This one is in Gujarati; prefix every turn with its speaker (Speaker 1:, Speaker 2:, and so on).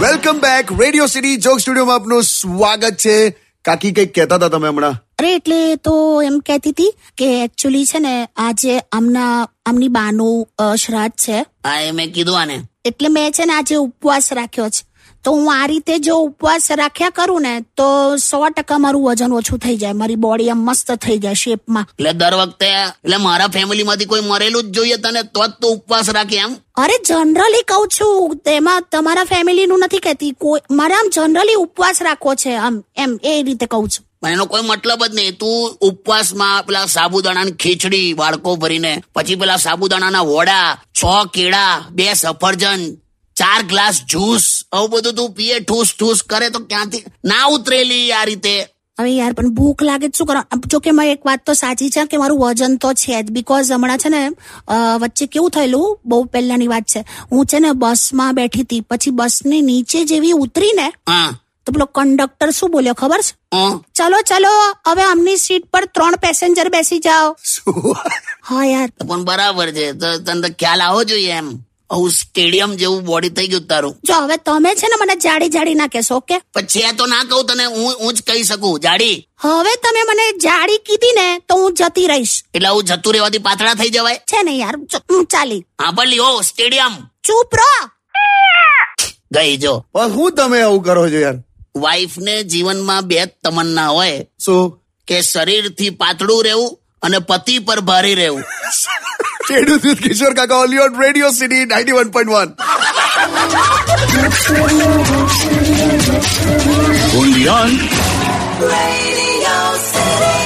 Speaker 1: Welcome back Radio City joke સ્ટુડિયોમાં આપનું સ્વાગત છે કાકી કંઈક કહેતા હતા તમે હમણાં
Speaker 2: અરે એટલે તો એમ કહેતી હતી કે એકચ્યુઅલી છે ને આજે આમના આમની બાનું અ, શ્રાદ્ધ છે
Speaker 3: હા એ મેં કીધું આને
Speaker 2: એટલે મેં છે ને આજે ઉપવાસ રાખ્યો છે તો હું આ રીતે જો ઉપવાસ રાખ્યા કરું ને તો સો ટકા મારું વજન ઓછું થઈ જાય મારી બોડી આમ મસ્ત થઈ જાય શેપમાં
Speaker 3: એટલે દર વખતે એટલે મારા ફેમિલીમાંથી કોઈ મરેલું જ જોઈએ તને તો જ તું ઉપવાસ રાખે એમ
Speaker 2: અરે જનરલી કહું છું તેમાં તમારા ફેમિલીનું નથી કહેતી કોઈ મારે આમ જનરલી ઉપવાસ રાખવો છે આમ એમ એ રીતે કહું છું
Speaker 3: પણ એનો કોઈ મતલબ જ નહીં તું ઉપવાસમાં પેલા સાબુદાણાની ખીચડી બાળકો ભરીને પછી પેલા સાબુદાણાના વડા છ કેળા બે સફરજન ચાર ગ્લાસ જ્યુસ આવું બધું તું પીએ ઠૂસ ઠૂસ કરે તો ક્યાંથી ના ઉતરેલી આ રીતે
Speaker 2: હવે યાર પણ ભૂખ લાગે તો શું કરવા જો કે મારી એક વાત તો સાચી છે કે મારું વજન તો છે જ બીકોઝ હમણાં છે ને અ, વચ્ચે કેવું થયેલું બહુ પહેલાની વાત છે હું છે ને બસમાં બેઠી હતી પછી બસની નીચે જેવી ઉતરીને
Speaker 3: હા
Speaker 2: તો પેલો કંડક્ટર શું બોલ્યો ખબર છે
Speaker 3: હં.
Speaker 2: ચલો ચલો હવે આમની સીટ પર ત્રણ પેસેન્જર બેસી જાઓ હા યાર
Speaker 3: તો પણ બરાબર છે તો તને તો ખ્યાલ આવો જોઈએ એમ આવું સ્ટેડિયમ જેવું બોડી થઈ ગયું તારું
Speaker 2: જો હવે તમે છે ને મને જાડી જાડી ના કહેશો ઓકે
Speaker 3: પણ છે તો ના કહું તને હું હું જ કહી શકું જાડી
Speaker 2: હવે તમે મને જાડી કીધી ને તો હું જતી રહીશ
Speaker 3: એટલે હું જતું રહેવાથી પાતળા થઈ જવાય
Speaker 2: છે ને યાર ચ- હું ચાલી
Speaker 3: હા પણ લ્યો સ્ટેડિયમ
Speaker 2: ચૂપ રહો
Speaker 3: ગઈ જો
Speaker 1: પણ હું તમે આવું કરો છો યાર
Speaker 3: વાઈફને જીવનમાં બે જ તમન્ના હોય
Speaker 1: શું
Speaker 3: કે શરીરથી પાતળું રહેવું અને પતિ પર ભારે રહેવું
Speaker 1: ચેડુ દૂધ કિશોર કાકા ઓલી on radio city ninety one point one
Speaker 4: only on
Speaker 5: Radio City.